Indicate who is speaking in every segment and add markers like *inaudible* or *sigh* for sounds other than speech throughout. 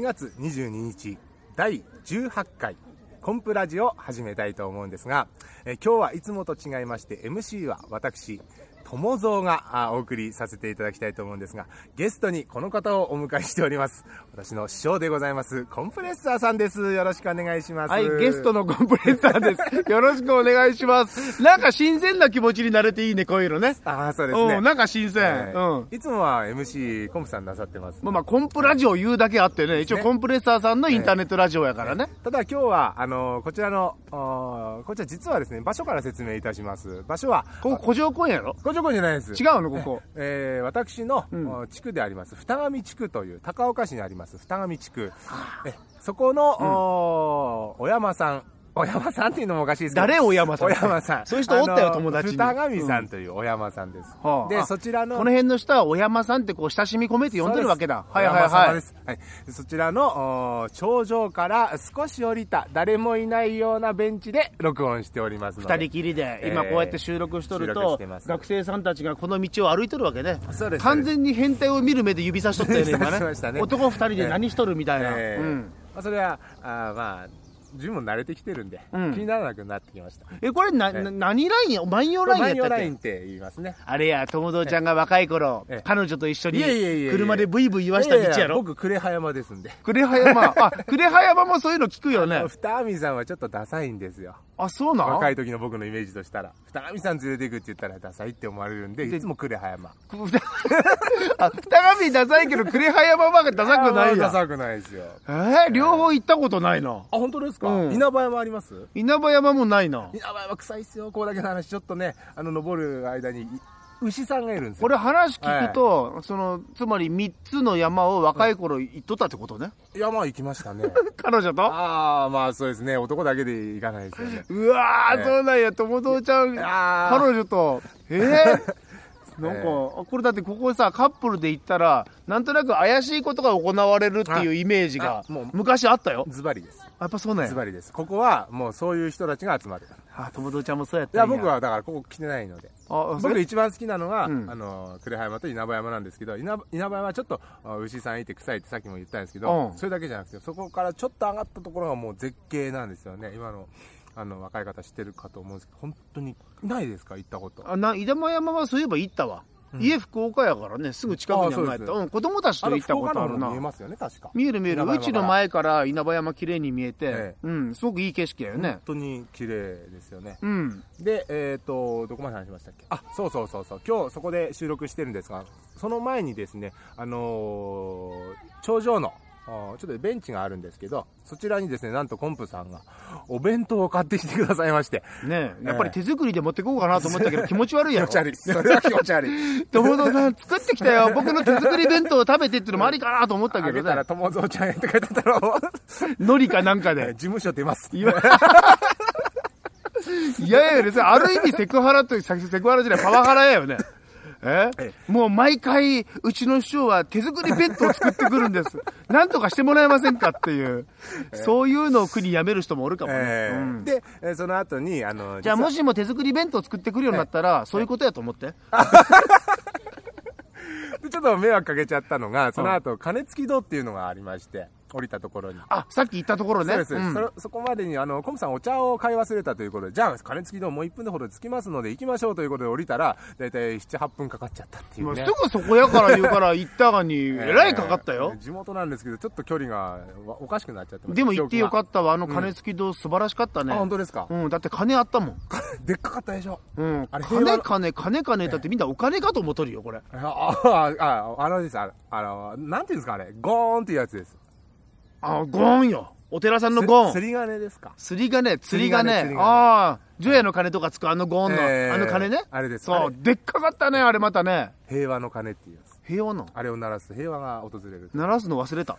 Speaker 1: 月22日第18回コンプラジを始めたいと思うんですが、えー今日はいつもと違いまして MC は私、友蔵があお送りさせていただきたいと思うんですが、ゲストにこの方をお迎えしております。私の師匠でございます、コンプレッサーさんです。よろしくお願いします。
Speaker 2: はい、ゲストのコンプレッサ
Speaker 1: *laughs*
Speaker 2: ーです。よろしくお願いします。なんか新鮮な気持ちになれていいね、こういうのね。
Speaker 1: ああ、そうですね。
Speaker 2: うん、なんか新鮮。
Speaker 1: は
Speaker 2: うん。
Speaker 1: いいつもは MC コンプさんなさってます。
Speaker 2: まあまあ、コンプラジオ言うだけあってね、一応コンプレッサーさんのインターネットラジオやからね。
Speaker 1: ただ今日は、あのーこちらの、あーこちら実はですね、場所から説明いたします。場所は、
Speaker 2: ここ、古城公園やろ
Speaker 1: ごちょこじゃないです。
Speaker 2: 違うの、ここ。
Speaker 1: *laughs* えー私の、
Speaker 2: ん
Speaker 1: お地区であります、二上地区という、高岡市にあります、二上地区。えそこの、おーお山さん。お山さんっていうのもおかしいですけど
Speaker 2: 誰お山さん
Speaker 1: お山さん。
Speaker 2: そういう人おったよ
Speaker 1: あの
Speaker 2: 友達に
Speaker 1: 二上さんというお山さんです。
Speaker 2: はあ
Speaker 1: で、
Speaker 2: あ
Speaker 1: そちら
Speaker 2: こ
Speaker 1: の、
Speaker 2: の辺の人は、お山さんってこう、親しみ込めて呼んでるわけだ。
Speaker 1: そう
Speaker 2: は
Speaker 1: で
Speaker 2: い
Speaker 1: す
Speaker 2: はい
Speaker 1: お山様
Speaker 2: は
Speaker 1: で
Speaker 2: い。
Speaker 1: すはい。そちらのおー頂上から少し降りた誰もいないようなベンチで録音しておりますので。
Speaker 2: 二人きりで、今こうやって収録しとる
Speaker 1: 収録し
Speaker 2: と
Speaker 1: てます、
Speaker 2: 学生さんたちがこの道を歩いとるわけね。
Speaker 1: そうです
Speaker 2: 完全に変態を見る目で指さしとったよね、
Speaker 1: 指
Speaker 2: 今
Speaker 1: さしました
Speaker 2: ね。
Speaker 1: ね
Speaker 2: 男二人で何しとるみたいな。
Speaker 1: えー
Speaker 2: うん。
Speaker 1: まあ、それは、あーまあ、自分も慣れてきてるんで、
Speaker 2: うん
Speaker 1: 気にならなくなってきました。
Speaker 2: え、これな、
Speaker 1: え
Speaker 2: な何ラインや万葉ライン
Speaker 1: マ
Speaker 2: やっ
Speaker 1: ニ
Speaker 2: た
Speaker 1: オ
Speaker 2: っ
Speaker 1: ライ
Speaker 2: け
Speaker 1: ンって言いますね。
Speaker 2: あれや、友蔵ちゃんが若い頃
Speaker 1: ええ、
Speaker 2: 彼女と一緒に
Speaker 1: いえいえいえいえ
Speaker 2: 車でブイブイ言わした道
Speaker 1: いい
Speaker 2: やろ
Speaker 1: 僕、呉羽山ですんで。
Speaker 2: 呉羽 *laughs* 山。あ、呉羽山もそういうの聞くよね。
Speaker 1: 二網さんはちょっとダサいんですよ。
Speaker 2: *laughs* あ、そうな
Speaker 1: 若
Speaker 2: の
Speaker 1: い時の僕のイメージとしたら。二網さん連れて行くって言ったらダサいって思われるんで、
Speaker 2: で
Speaker 1: いつも呉羽山。
Speaker 2: *laughs* あ、二神ダサいけど、呉羽山はダサくない
Speaker 1: ダ
Speaker 2: や。
Speaker 1: サくないですよ。
Speaker 2: えー両方行ったことないな。
Speaker 1: あ、本当ですか、
Speaker 2: うん
Speaker 1: 稲葉山あります
Speaker 2: 稲葉山もないな。
Speaker 1: 稲葉山臭いっすよ。ここだけの話、ちょっとね、あの、登る間に、い牛さんがいるんですよ。
Speaker 2: これ話聞くと、その、つまり三つの山を若い頃行っとったってことね。
Speaker 1: 山行きましたね。
Speaker 2: 彼女と
Speaker 1: ああ、まあそうですね。男だけで行かないですよね。
Speaker 2: うわー、
Speaker 1: ええ
Speaker 2: そうなんや、友蔵ちゃん、
Speaker 1: あー
Speaker 2: 彼女と、え
Speaker 1: *laughs*
Speaker 2: ー、なんか、
Speaker 1: ええ
Speaker 2: これだってここさ、カップルで行ったら、なんとなく怪しいことが行われるっていうイメージが
Speaker 1: あもう、
Speaker 2: 昔あったよ。
Speaker 1: ズバリです。
Speaker 2: やっぱそうなん
Speaker 1: ズ
Speaker 2: や。
Speaker 1: バリです。ここはもうそういう人たちが集まる。
Speaker 2: あ、友蔵ちゃんもそうやっ
Speaker 1: い
Speaker 2: たん
Speaker 1: や、僕、はだからここ来てないので。
Speaker 2: あ、そ
Speaker 1: 僕
Speaker 2: れ
Speaker 1: 一番好きなのが、
Speaker 2: うん
Speaker 1: あの、呉羽山と稲葉山なんですけど、稲葉稲葉山はちょっとあ牛さんいて臭いってさっきも言ったんですけど、
Speaker 2: うん
Speaker 1: それだけじゃなくて、そこからちょっと上がったところがもう絶景なんですよね。今の、あの、若い方知ってるかと思うんですけど、本当にないですか行ったこと。
Speaker 2: あな、稲葉山はそういえば行ったわ。家福岡やからね、すぐ近くに
Speaker 1: あそう
Speaker 2: 山
Speaker 1: で
Speaker 2: や
Speaker 1: す
Speaker 2: った。うん、子供たちと
Speaker 1: の
Speaker 2: 行ったことあ
Speaker 1: 福
Speaker 2: る
Speaker 1: 岡の方
Speaker 2: な
Speaker 1: に見え。ますよね、確か。
Speaker 2: 見える見える。
Speaker 1: 稲葉
Speaker 2: う
Speaker 1: 山
Speaker 2: ちの前から稲葉山綺麗に見えて、
Speaker 1: ええ
Speaker 2: うん、すごくいい景色だよね
Speaker 1: 本。当に綺麗ですよね。
Speaker 2: うん。
Speaker 1: で、えっ、と、どこまで話しましたっけあ、そうそうそうそう。今日そこで収録してるんですが、その前にですね、あのー頂上の、あーちょっとベンチがあるんですけど、そちらにですね、なんとコンプさんが、お弁当を買ってきてくださいまして。
Speaker 2: ねえやっぱり手作りで持ってこうかなと思ったけど、気持ち悪い
Speaker 1: *laughs*
Speaker 2: や
Speaker 1: 気
Speaker 2: ろ
Speaker 1: 持ち。悪い。 *laughs* それは気持ち悪い。
Speaker 2: 友蔵さん作ってきたよ。僕の手作り弁当を食べてっていうのもありかなと思っ
Speaker 1: *laughs*
Speaker 2: た
Speaker 1: あ
Speaker 2: け
Speaker 1: げ
Speaker 2: ど
Speaker 1: たら、
Speaker 2: ね。
Speaker 1: 友蔵ちゃんへって書いてあったら、 *laughs*
Speaker 2: のりかなんか
Speaker 1: 事
Speaker 2: で。
Speaker 1: 務所出ます。
Speaker 2: いや、いやいや、ね、ある意味セクハラという、セクハラじゃない、パワハラやよね。え
Speaker 1: え
Speaker 2: もう毎回、うちの師匠は手作り弁当を作ってくるん
Speaker 1: *laughs*
Speaker 2: です。なんとかしてもらえませんかっていう。そういうのを国やめる人もおるかもね。
Speaker 1: えー
Speaker 2: うん
Speaker 1: で、えーその後に、あのー
Speaker 2: じゃあもしも手作り弁当を作ってくるようになったら、そういうことやと思って。
Speaker 1: でちょっと迷惑かけちゃったのが、その後、鐘付き堂っていうのがありまして、降りたところに。
Speaker 2: あ、さっき言ったところね。
Speaker 1: そうです、そうです
Speaker 2: ん
Speaker 1: それそこまでにあのコムさんお茶を買い忘れたということでじゃあ金付きのもう1分ほど着きますので行きましょうということで降りたら大体78分かかっちゃったってい
Speaker 2: も
Speaker 1: う
Speaker 2: うす
Speaker 1: ね
Speaker 2: ぐそこやから言うから行ったがに、え
Speaker 1: えー
Speaker 2: らいかかったよ。
Speaker 1: 地元なんですけどちょっと距離がわおかしくなっちゃってます
Speaker 2: でも行ってよか
Speaker 1: っ
Speaker 2: ったわ。あの金付き堂素晴らしかった
Speaker 1: たあ
Speaker 2: ね
Speaker 1: 本。当ですか、
Speaker 2: うん、だって金あったもん。
Speaker 1: でっかかったでしょ
Speaker 2: うん。
Speaker 1: あれ
Speaker 2: 金金、金金だってみんなお金かと思っとるよ、これ。
Speaker 1: ああああのですあのあのなんていうんですかあれゴーンっていうやつです
Speaker 2: あ、ゴーンよ。お寺さんのゴ
Speaker 1: す
Speaker 2: ーン。
Speaker 1: すり金ですか
Speaker 2: 釣り金、釣り金。
Speaker 1: 釣り金
Speaker 2: ああ、除夜の鐘とかつくあのゴーンの、
Speaker 1: えー
Speaker 2: あの鐘ね。
Speaker 1: あれです
Speaker 2: そ
Speaker 1: あ
Speaker 2: う
Speaker 1: れ。
Speaker 2: でっかかったね、あれまたね。
Speaker 1: 平和の鐘っていうやつ
Speaker 2: 平和の。
Speaker 1: あれを鳴らすと平和が訪れる
Speaker 2: 鳴らすの忘れた。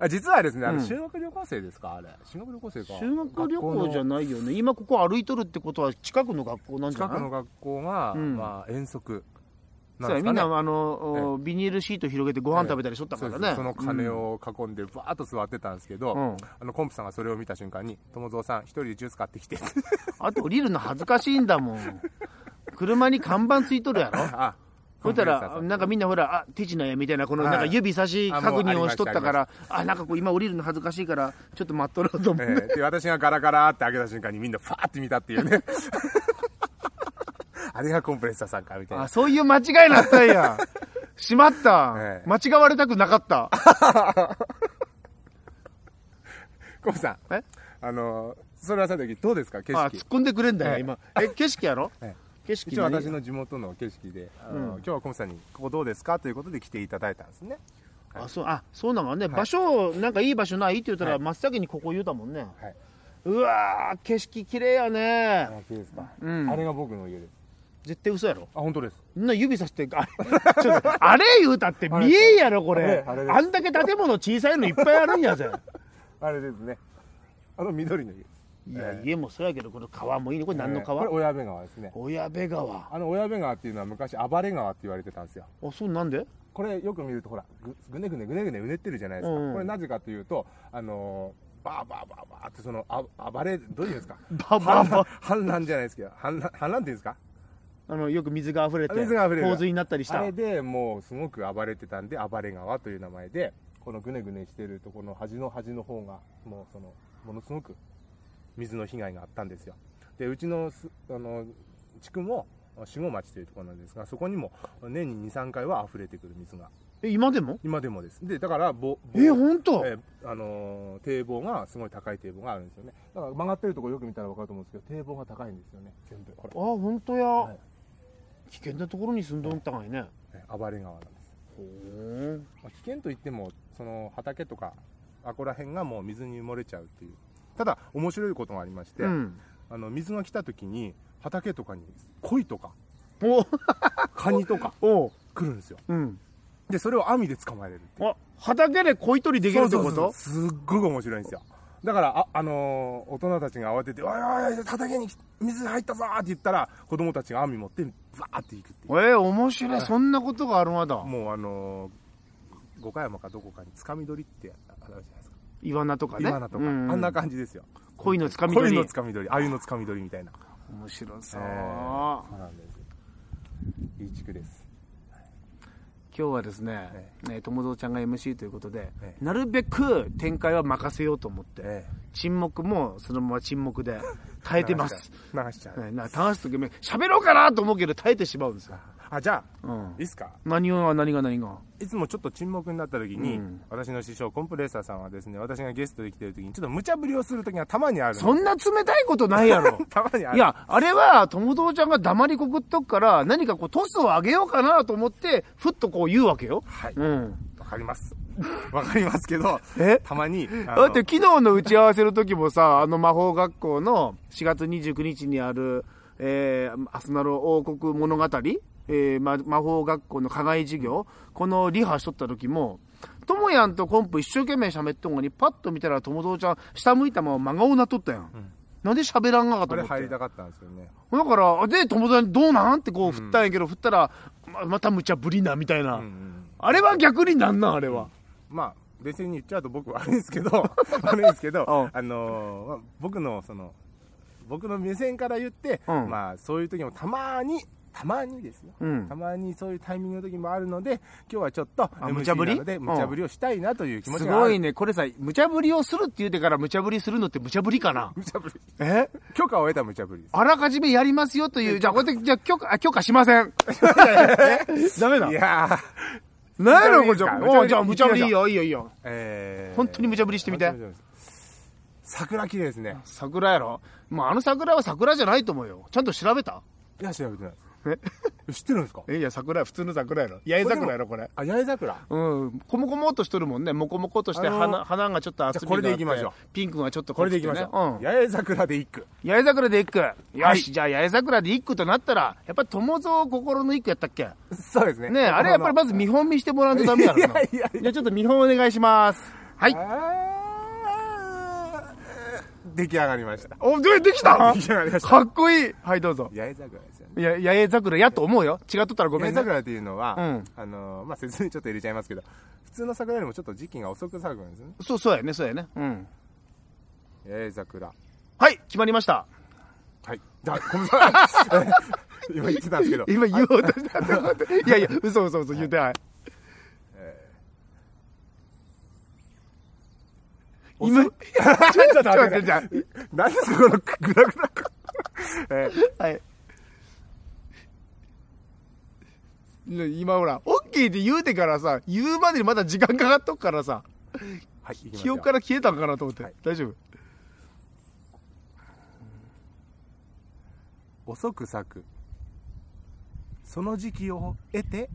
Speaker 1: あ実はですねあの、
Speaker 2: うん
Speaker 1: 修学旅行生ですかあれ修学旅行生か
Speaker 2: 修学旅行じ
Speaker 1: 学
Speaker 2: ゃ
Speaker 1: 校の
Speaker 2: ないよね。今ここ歩いとるってことは近くの学校なんじゃ
Speaker 1: 近
Speaker 2: ない
Speaker 1: くの学校が、
Speaker 2: うん
Speaker 1: まあ、遠足
Speaker 2: そうやみんなあの、ビニールシート広げてご飯食べたりしとった
Speaker 1: そ
Speaker 2: か
Speaker 1: うで
Speaker 2: ら
Speaker 1: す
Speaker 2: ね、
Speaker 1: その鐘を囲んでバーッと座ってたんですけど、
Speaker 2: うん、うん
Speaker 1: あのコンプさんがそれを見た瞬間に「友蔵さん一人でジュース買ってき *laughs* て」
Speaker 2: あと降りるの恥ずかしいんだもん車に看板ついとるやろ
Speaker 1: あ
Speaker 2: ほんた
Speaker 1: コンプレッサー
Speaker 2: ら
Speaker 1: さん
Speaker 2: なんかみんなほらあ手品やみたいなこの
Speaker 1: はい
Speaker 2: なんか指差し確認をしとったか
Speaker 1: あ
Speaker 2: らあなんかこう今降りるの恥ずかしいからちょっと待っとろうと思って、
Speaker 1: えーで私がガラガラって開けた瞬間にみんなファーって見たっていう
Speaker 2: *laughs*
Speaker 1: ねあれがコンプレッサーさんかみたいな
Speaker 2: あそういう間違いなったんやしまった、
Speaker 1: ええ
Speaker 2: 間違われたくなかった
Speaker 1: コブさん
Speaker 2: え
Speaker 1: あのそれはさてどうですか景
Speaker 2: あ
Speaker 1: 色
Speaker 2: 突っ込んでくれんだよ、
Speaker 1: ええ
Speaker 2: 今え景色やろ、
Speaker 1: ええ
Speaker 2: 景色
Speaker 1: 一応
Speaker 2: 何
Speaker 1: 私の地元の景色で、あの今日はコムさんにここどうですかということで来ていただいたんですね
Speaker 2: あそうあそうなのね、場所なんかいい場所ないって言ったら、
Speaker 1: はい
Speaker 2: 真っ先にここ言うたもんね、
Speaker 1: はいう
Speaker 2: わー景色綺麗やね
Speaker 1: あそうですか、
Speaker 2: ん
Speaker 1: あれが僕の家です
Speaker 2: 絶対嘘やろ
Speaker 1: あ本当です
Speaker 2: みんな指さしてあ *laughs* れちょっとあれ言うたって見えんやろこ
Speaker 1: あ
Speaker 2: れ
Speaker 1: れ
Speaker 2: あ
Speaker 1: あれです
Speaker 2: んだけ建物小さいのいっぱいあるん
Speaker 1: *laughs*
Speaker 2: やぜ
Speaker 1: あれですねあの緑の家です
Speaker 2: いや、
Speaker 1: ええ
Speaker 2: 家もそうやけどこの川もいいねこれ何の川、
Speaker 1: えーこれ小矢部川ですね
Speaker 2: 親部川あ
Speaker 1: あの小矢部川っていうのは昔暴れ川って言われてたんですよ
Speaker 2: そうな
Speaker 1: *laughs*
Speaker 2: んで
Speaker 1: これよく見るとほらぐぐねぐねぐねぐねうねってるじゃないですか、
Speaker 2: うん
Speaker 1: これなぜかというとあのーバーバーバーバーってそのあ暴れどういうんですか
Speaker 2: バババ
Speaker 1: 氾濫じゃないですけど氾濫氾濫っていうんですか
Speaker 2: *laughs* あのよく水が溢れて
Speaker 1: 水が溢れる
Speaker 2: 洪水になったりした
Speaker 1: あれでもうすごく暴れてたんで暴れ川という名前でこのぐねぐねしてるとこの端の端の方がもうそのものすごく水の被害があったんですよでうちのすあの地区も四五町というところなんですがそこにも年に23回は溢れてくる水が
Speaker 2: え今でも
Speaker 1: 今でもですでだからぼぼ
Speaker 2: え本当、
Speaker 1: えーあのー堤防がすごい高い堤防があるんですよねだから曲がってるところよく見たら分かると思うんですけど堤防が高いんですよね全部ほら
Speaker 2: あ本当や、
Speaker 1: はい
Speaker 2: 危険なところに住んどんたんやね、
Speaker 1: えー暴れ川なんです
Speaker 2: ほー
Speaker 1: まあ危険といってもその畑とかあこら辺がもう水に埋もれちゃうっていうただ面白いことがありまして、
Speaker 2: うん
Speaker 1: あの水が来た時に畑とかに鯉とか
Speaker 2: お
Speaker 1: カニとか
Speaker 2: お
Speaker 1: 来るんですよ
Speaker 2: *laughs* うん
Speaker 1: でそれを網で捕まえれるっていう
Speaker 2: あ畑で鯉取りできるってこ
Speaker 1: そ
Speaker 2: と
Speaker 1: うそうそうすっごく面白いんですよだからあ、あのー大人たちが慌てて「おいおいおい畑に水入ったぞ!」って言ったら子供たちが網持ってバーっていくっていう
Speaker 2: えー、面白いそんなことがあるまだ
Speaker 1: もうあのー五箇山かどこかにつかみ取りってあるじゃないですか
Speaker 2: イワナとかね
Speaker 1: 今だとか、
Speaker 2: うん
Speaker 1: あんな感じですよ
Speaker 2: 鯉のつかみ取
Speaker 1: 恋
Speaker 2: り
Speaker 1: のつかみ取り、鮎のつかみ取りみたいな。
Speaker 2: 面白そう、
Speaker 1: うなんです。いい地区です。
Speaker 2: 今日はですね
Speaker 1: え
Speaker 2: ね友蔵ちゃんが MC ということで、
Speaker 1: ええ
Speaker 2: なるべく展開は任せようと思って、
Speaker 1: ええ
Speaker 2: 沈黙もそのまま沈
Speaker 1: *laughs*
Speaker 2: 黙で耐えてます。
Speaker 1: 流しちゃう。
Speaker 2: ね、な話すときめ喋ろうかなと思うけど耐えてしまうんですよ。
Speaker 1: あ、じゃあ、
Speaker 2: うん
Speaker 1: いいっすか
Speaker 2: 何を何が何が。
Speaker 1: いつもちょっと沈黙になった時に、私の師匠コンプレッサーさんはですね、私がゲストで来てる時に、ちょっと無茶ぶりをする時がたまにあるんです。
Speaker 2: そんな冷たいことないやろ
Speaker 1: *laughs* たまにある
Speaker 2: いや、あれは友蔵ちゃんが黙りこくっとくから、何かこうトスを上げようかなと思って、ふっとこう言うわけよ。
Speaker 1: はい
Speaker 2: うん。
Speaker 1: わかります。わかりますけど、
Speaker 2: え
Speaker 1: たまに、あの
Speaker 2: だって昨日の打ち合わせの時もさ、あの魔法学校の4月29日にある、えー、アスナロ王国物語、えーま、魔法学校の課外授業、このリハしとった時も、ともやんとコンプ一生懸命喋っとんのに、パッと見たら友蔵ちゃん、下向いたまま真顔なっとったやん。なんで喋らんがかと
Speaker 1: これ
Speaker 2: 思って。
Speaker 1: 入りたかったんですよね。
Speaker 2: だから、で、友達にどうなんってこう振ったんやけど、振ったら、ままた無茶ぶりな、みたいな。
Speaker 1: うんうん
Speaker 2: あれは逆になんなん、あれは。
Speaker 1: まあ、別に言っちゃうと僕悪いんですけど、
Speaker 2: *laughs*
Speaker 1: 悪いんですけど、
Speaker 2: う
Speaker 1: あのーまあ僕の、その、僕の目線から言って、
Speaker 2: うん
Speaker 1: まあ、そういう時もたまに、たまにですよ。
Speaker 2: うん
Speaker 1: たまにそういうタイミングの時もあるので、今日はちょっと、
Speaker 2: あ
Speaker 1: MC
Speaker 2: 無茶ぶり
Speaker 1: なので、無茶ぶりをしたいなという気持ち
Speaker 2: す
Speaker 1: がある。
Speaker 2: ごいね。これさ、無茶ぶりをするって言うてから無茶ぶりするのって無茶ぶりかな
Speaker 1: 無茶ぶり。
Speaker 2: え
Speaker 1: 許可を得た無茶ぶりです。
Speaker 2: あらかじめやりますよという、じゃあ、これで、じゃあ、許可、あ、許可しません。 *laughs* ダメだ
Speaker 1: い。やー、
Speaker 2: なんやろ、これ
Speaker 1: 無
Speaker 2: じ
Speaker 1: 茶
Speaker 2: ゃ
Speaker 1: ぶりですか
Speaker 2: あ。おうじゃあ、無茶ぶりいいよ、いいよ、いいよ。
Speaker 1: えー
Speaker 2: 本当に無茶ぶりしてみて
Speaker 1: 本当に無茶ぶりです桜綺麗ですね。
Speaker 2: 桜やろまあ、あの桜は桜じゃないと思うよ。ちゃんと調べた
Speaker 1: いや、調べてないです
Speaker 2: え *laughs*
Speaker 1: え。知ってるんですか
Speaker 2: え、いや、桜、普通の桜やろ。八重桜やろ、これ。
Speaker 1: あ、八重桜。
Speaker 2: うん、こもこもっとしとるもんね、もこもことして
Speaker 1: あのー
Speaker 2: 花、花がちょっと厚みがあって
Speaker 1: じゃあこれでいきましょう
Speaker 2: ピンクがちょっと
Speaker 1: これ
Speaker 2: 濃く
Speaker 1: で
Speaker 2: て
Speaker 1: いきましょう。
Speaker 2: ねうん、
Speaker 1: 八重桜で一句。
Speaker 2: 八重桜で一句。よし、
Speaker 1: はい
Speaker 2: じゃあ八重桜で一句となったら、やっぱ友蔵心の一句やったっけ
Speaker 1: そうですね。
Speaker 2: ねえ、あれやっぱりまず見本見してもらうとダメやろな。
Speaker 1: いやいやいや
Speaker 2: じゃあちょっと見本お願いします。はい。
Speaker 1: あー出来上がりました。
Speaker 2: お、で、できた
Speaker 1: 出来上がりました
Speaker 2: かっこいい。はい、どうぞ。
Speaker 1: 八重桜ですよね。
Speaker 2: いや、八重桜やと思うよ。違っとったらご
Speaker 1: 八
Speaker 2: め
Speaker 1: 重
Speaker 2: んね。
Speaker 1: 桜っていうのは、
Speaker 2: うん
Speaker 1: あのーまあ、説明ちょっと入れちゃいますけど、普通の桜よりもちょっと時期が遅く咲くんですね。
Speaker 2: そう、そうやね、そうやね。うん。
Speaker 1: 八重桜。
Speaker 2: はい、決まりました。 *laughs*
Speaker 1: はい。じゃあ、ごめんなさい。 *laughs* 今言ってたんですけど、
Speaker 2: 今言おうとしたと思って。いやいや、嘘嘘嘘言ってない。今、 *laughs* ちょっと待って、ちょっと待って。
Speaker 1: 何ですかこのグダグダ感。え
Speaker 2: はい。ね今ほら、オッケーって言うてからさ、言うまでにまだ時間かかっとくからさ、
Speaker 1: はい、行きましょう
Speaker 2: 記憶から消えたんかなと思って。
Speaker 1: はい
Speaker 2: 大丈夫
Speaker 1: 遅く咲くその時期を得て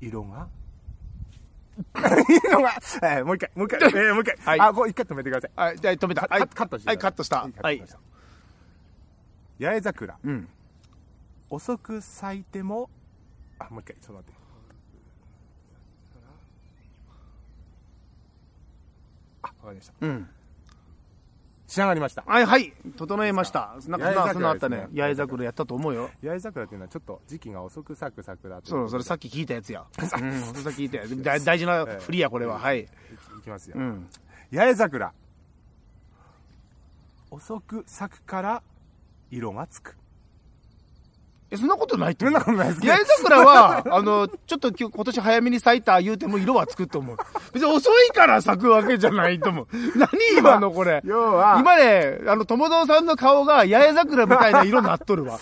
Speaker 1: 色
Speaker 2: *laughs*
Speaker 1: が色が、えーもう一回もう一回、えーもう一回、
Speaker 2: はい
Speaker 1: あこう一回止めてください
Speaker 2: はい、じゃあ止めた。はい、
Speaker 1: カットして
Speaker 2: はい、カットした。
Speaker 1: は
Speaker 2: はいい
Speaker 1: カットし。ました八重桜
Speaker 2: うん。
Speaker 1: 遅く咲いてもあもう一回ちょっと待ってあわかりました
Speaker 2: うん。
Speaker 1: 仕上がりました
Speaker 2: はい、はい。整えました。なんか、
Speaker 1: 八重桜
Speaker 2: そんなのあった
Speaker 1: で
Speaker 2: ね
Speaker 1: す。ね
Speaker 2: 八重桜やったと思うよ。
Speaker 1: 八重桜っていうのはちょっと時期が遅く咲く桜とい
Speaker 2: そう、それさっき聞いたやつや。 *laughs* うん、それさっき聞いたやつ。大大事な振りや、これは。はい。
Speaker 1: いいきますよ、
Speaker 2: うん。
Speaker 1: 八重桜遅く咲くから色がつく
Speaker 2: え、そんなことないって。
Speaker 1: そんなことないですね
Speaker 2: 八重桜は、 *laughs* あの、ちょっと今日今年早めに咲いた言うても色はつくと思う。別に遅いから咲くわけじゃない
Speaker 1: *laughs*
Speaker 2: と思う。何今のこれ。
Speaker 1: 要は
Speaker 2: 今ね、あの、友蔵さんの顔が八重桜みたいな色になっとる
Speaker 1: *laughs*
Speaker 2: わ。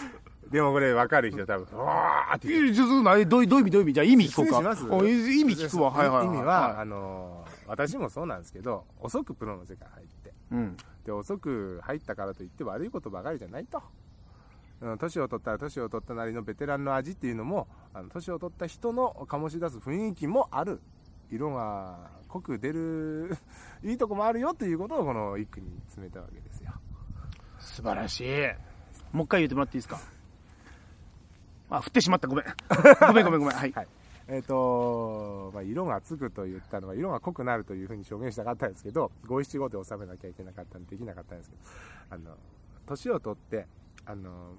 Speaker 1: でもこれ分かる人多分うわーって
Speaker 2: いやちょっと何どういうどういう意味どういう意味じゃあ意味聞こうか。
Speaker 1: 失礼します
Speaker 2: おい意味聞くわ。はいはいい。
Speaker 1: 意味は、
Speaker 2: い
Speaker 1: あのー私もそうなんですけど遅くプロの世界入って
Speaker 2: うん。
Speaker 1: で遅く入ったからといって悪いことばかりじゃないとうん年を取ったら年を取ったなりのベテランの味っていうのもあの年を取った人の醸し出す雰囲気もある色が濃く出るいいとこもあるよっていうことをこの一句に詰めたわけですよ
Speaker 2: 素晴らしい。もう一回言ってもらっていいですか。あ、振ってしまった。ごめん。ごめんごめんごめん。はい。
Speaker 1: はいえーとまあ、色がつくと言ったのは色が濃くなるというふうに表現したかったんですけど五七五で収めなきゃいけなかったんでできなかったんですけどあの年を取ってあの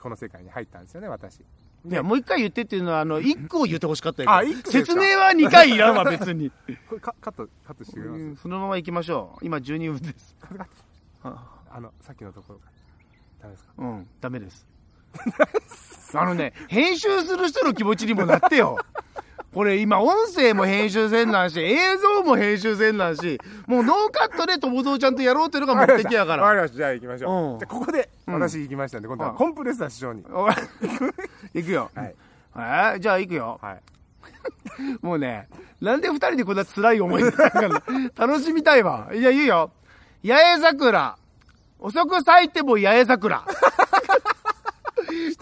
Speaker 1: この世界に入ったんですよね私
Speaker 2: いや、もう一回言ってっていうのは、あの、一個を言ってほしかったよ
Speaker 1: あ一個ですか
Speaker 2: 説明は二回
Speaker 1: *laughs*
Speaker 2: いらんわ、別に。
Speaker 1: これカカットカットしてくれます、
Speaker 2: そのまま行きましょう。今、12分です。
Speaker 1: あのさっきのところがダメですか
Speaker 2: うん、ダ
Speaker 1: *laughs*
Speaker 2: メです。あのね、編集する人の気持ちにもなってよ。これ今、音声も編集せんなんし、映像も編集せんなんし、もうノーカットで友蔵ちゃんとやろうっていうのが目的やか。
Speaker 1: わからりましたじゃあ行きましょう、
Speaker 2: うん
Speaker 1: じゃあここで私行きましたんで今度は
Speaker 2: うん
Speaker 1: コンプレッサー師匠に、
Speaker 2: おい *laughs* 行くよ。
Speaker 1: はい
Speaker 2: えーじゃあ行くよ。
Speaker 1: はい
Speaker 2: もうね、なんで二人でこんな辛い思いになるかな *laughs* 楽しみたいわ。いや、言うよ。八重桜。遅く咲いても八重桜。こ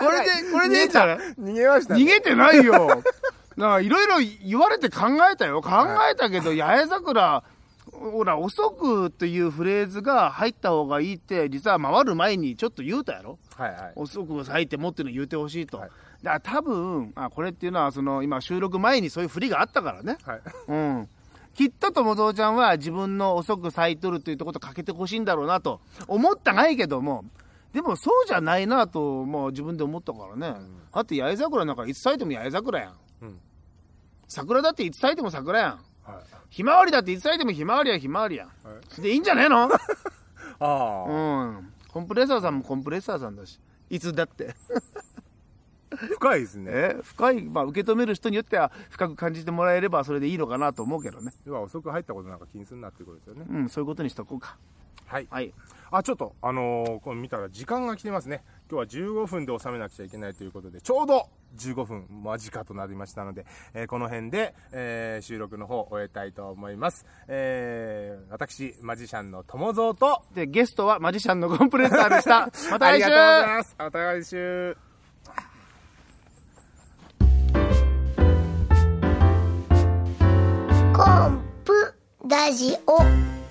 Speaker 2: れで、これでいいんじゃない
Speaker 1: 逃げましたね
Speaker 2: 逃げてないよ。なんかいろいろ言われて考えたよ。考えたけど、八重桜、ほら、遅くというフレーズが入った方がいいって、実は回る前にちょっと言うたやろ
Speaker 1: はいはい
Speaker 2: 遅く咲いてもっていうの言ってほしいと。
Speaker 1: はい
Speaker 2: だから多分、あ、これっていうのは、その、今収録前にそういう振りがあったからね。
Speaker 1: はい
Speaker 2: うん。きっと友蔵ちゃんは自分の遅く咲いとるというところとかけてほしいんだろうなと思ったないけども、でもそうじゃないなと、まあ自分で思ったからね。だって八重桜なんかいつ咲いても八重桜やん。
Speaker 1: うん
Speaker 2: 桜だっていつ咲いても桜やん。
Speaker 1: はい
Speaker 2: ひまわりだっていつ咲いてもひまわりやひまわりやん。でいいんじゃねえの
Speaker 1: あ
Speaker 2: う
Speaker 1: あ、
Speaker 2: ん。コンプレッサーさんもコンプレッサーさんだし。いつだって。
Speaker 1: 深いですね
Speaker 2: え深い、まあ受け止める人によっては深く感じてもらえればそれでいいのかなと思うけどね。
Speaker 1: 要は遅く入ったことなんか気にするなっていうことですよね。
Speaker 2: うん、そういうことにしとこうか。
Speaker 1: はい。
Speaker 2: はい。
Speaker 1: あ、ちょっと、あのーこれ見たら時間が来てますね。今日は15分で収めなくちゃいけないということで、ちょうど15分間近となりましたので、えーこの辺で、えー収録の方を終えたいと思います。えー私、マジシャンの友蔵と、
Speaker 2: で、ゲストはマジシャンのコンプレッサーでした。また
Speaker 1: ありが
Speaker 2: 来
Speaker 1: とうござい
Speaker 2: 週
Speaker 1: ます。また来週。
Speaker 3: コンプラジオ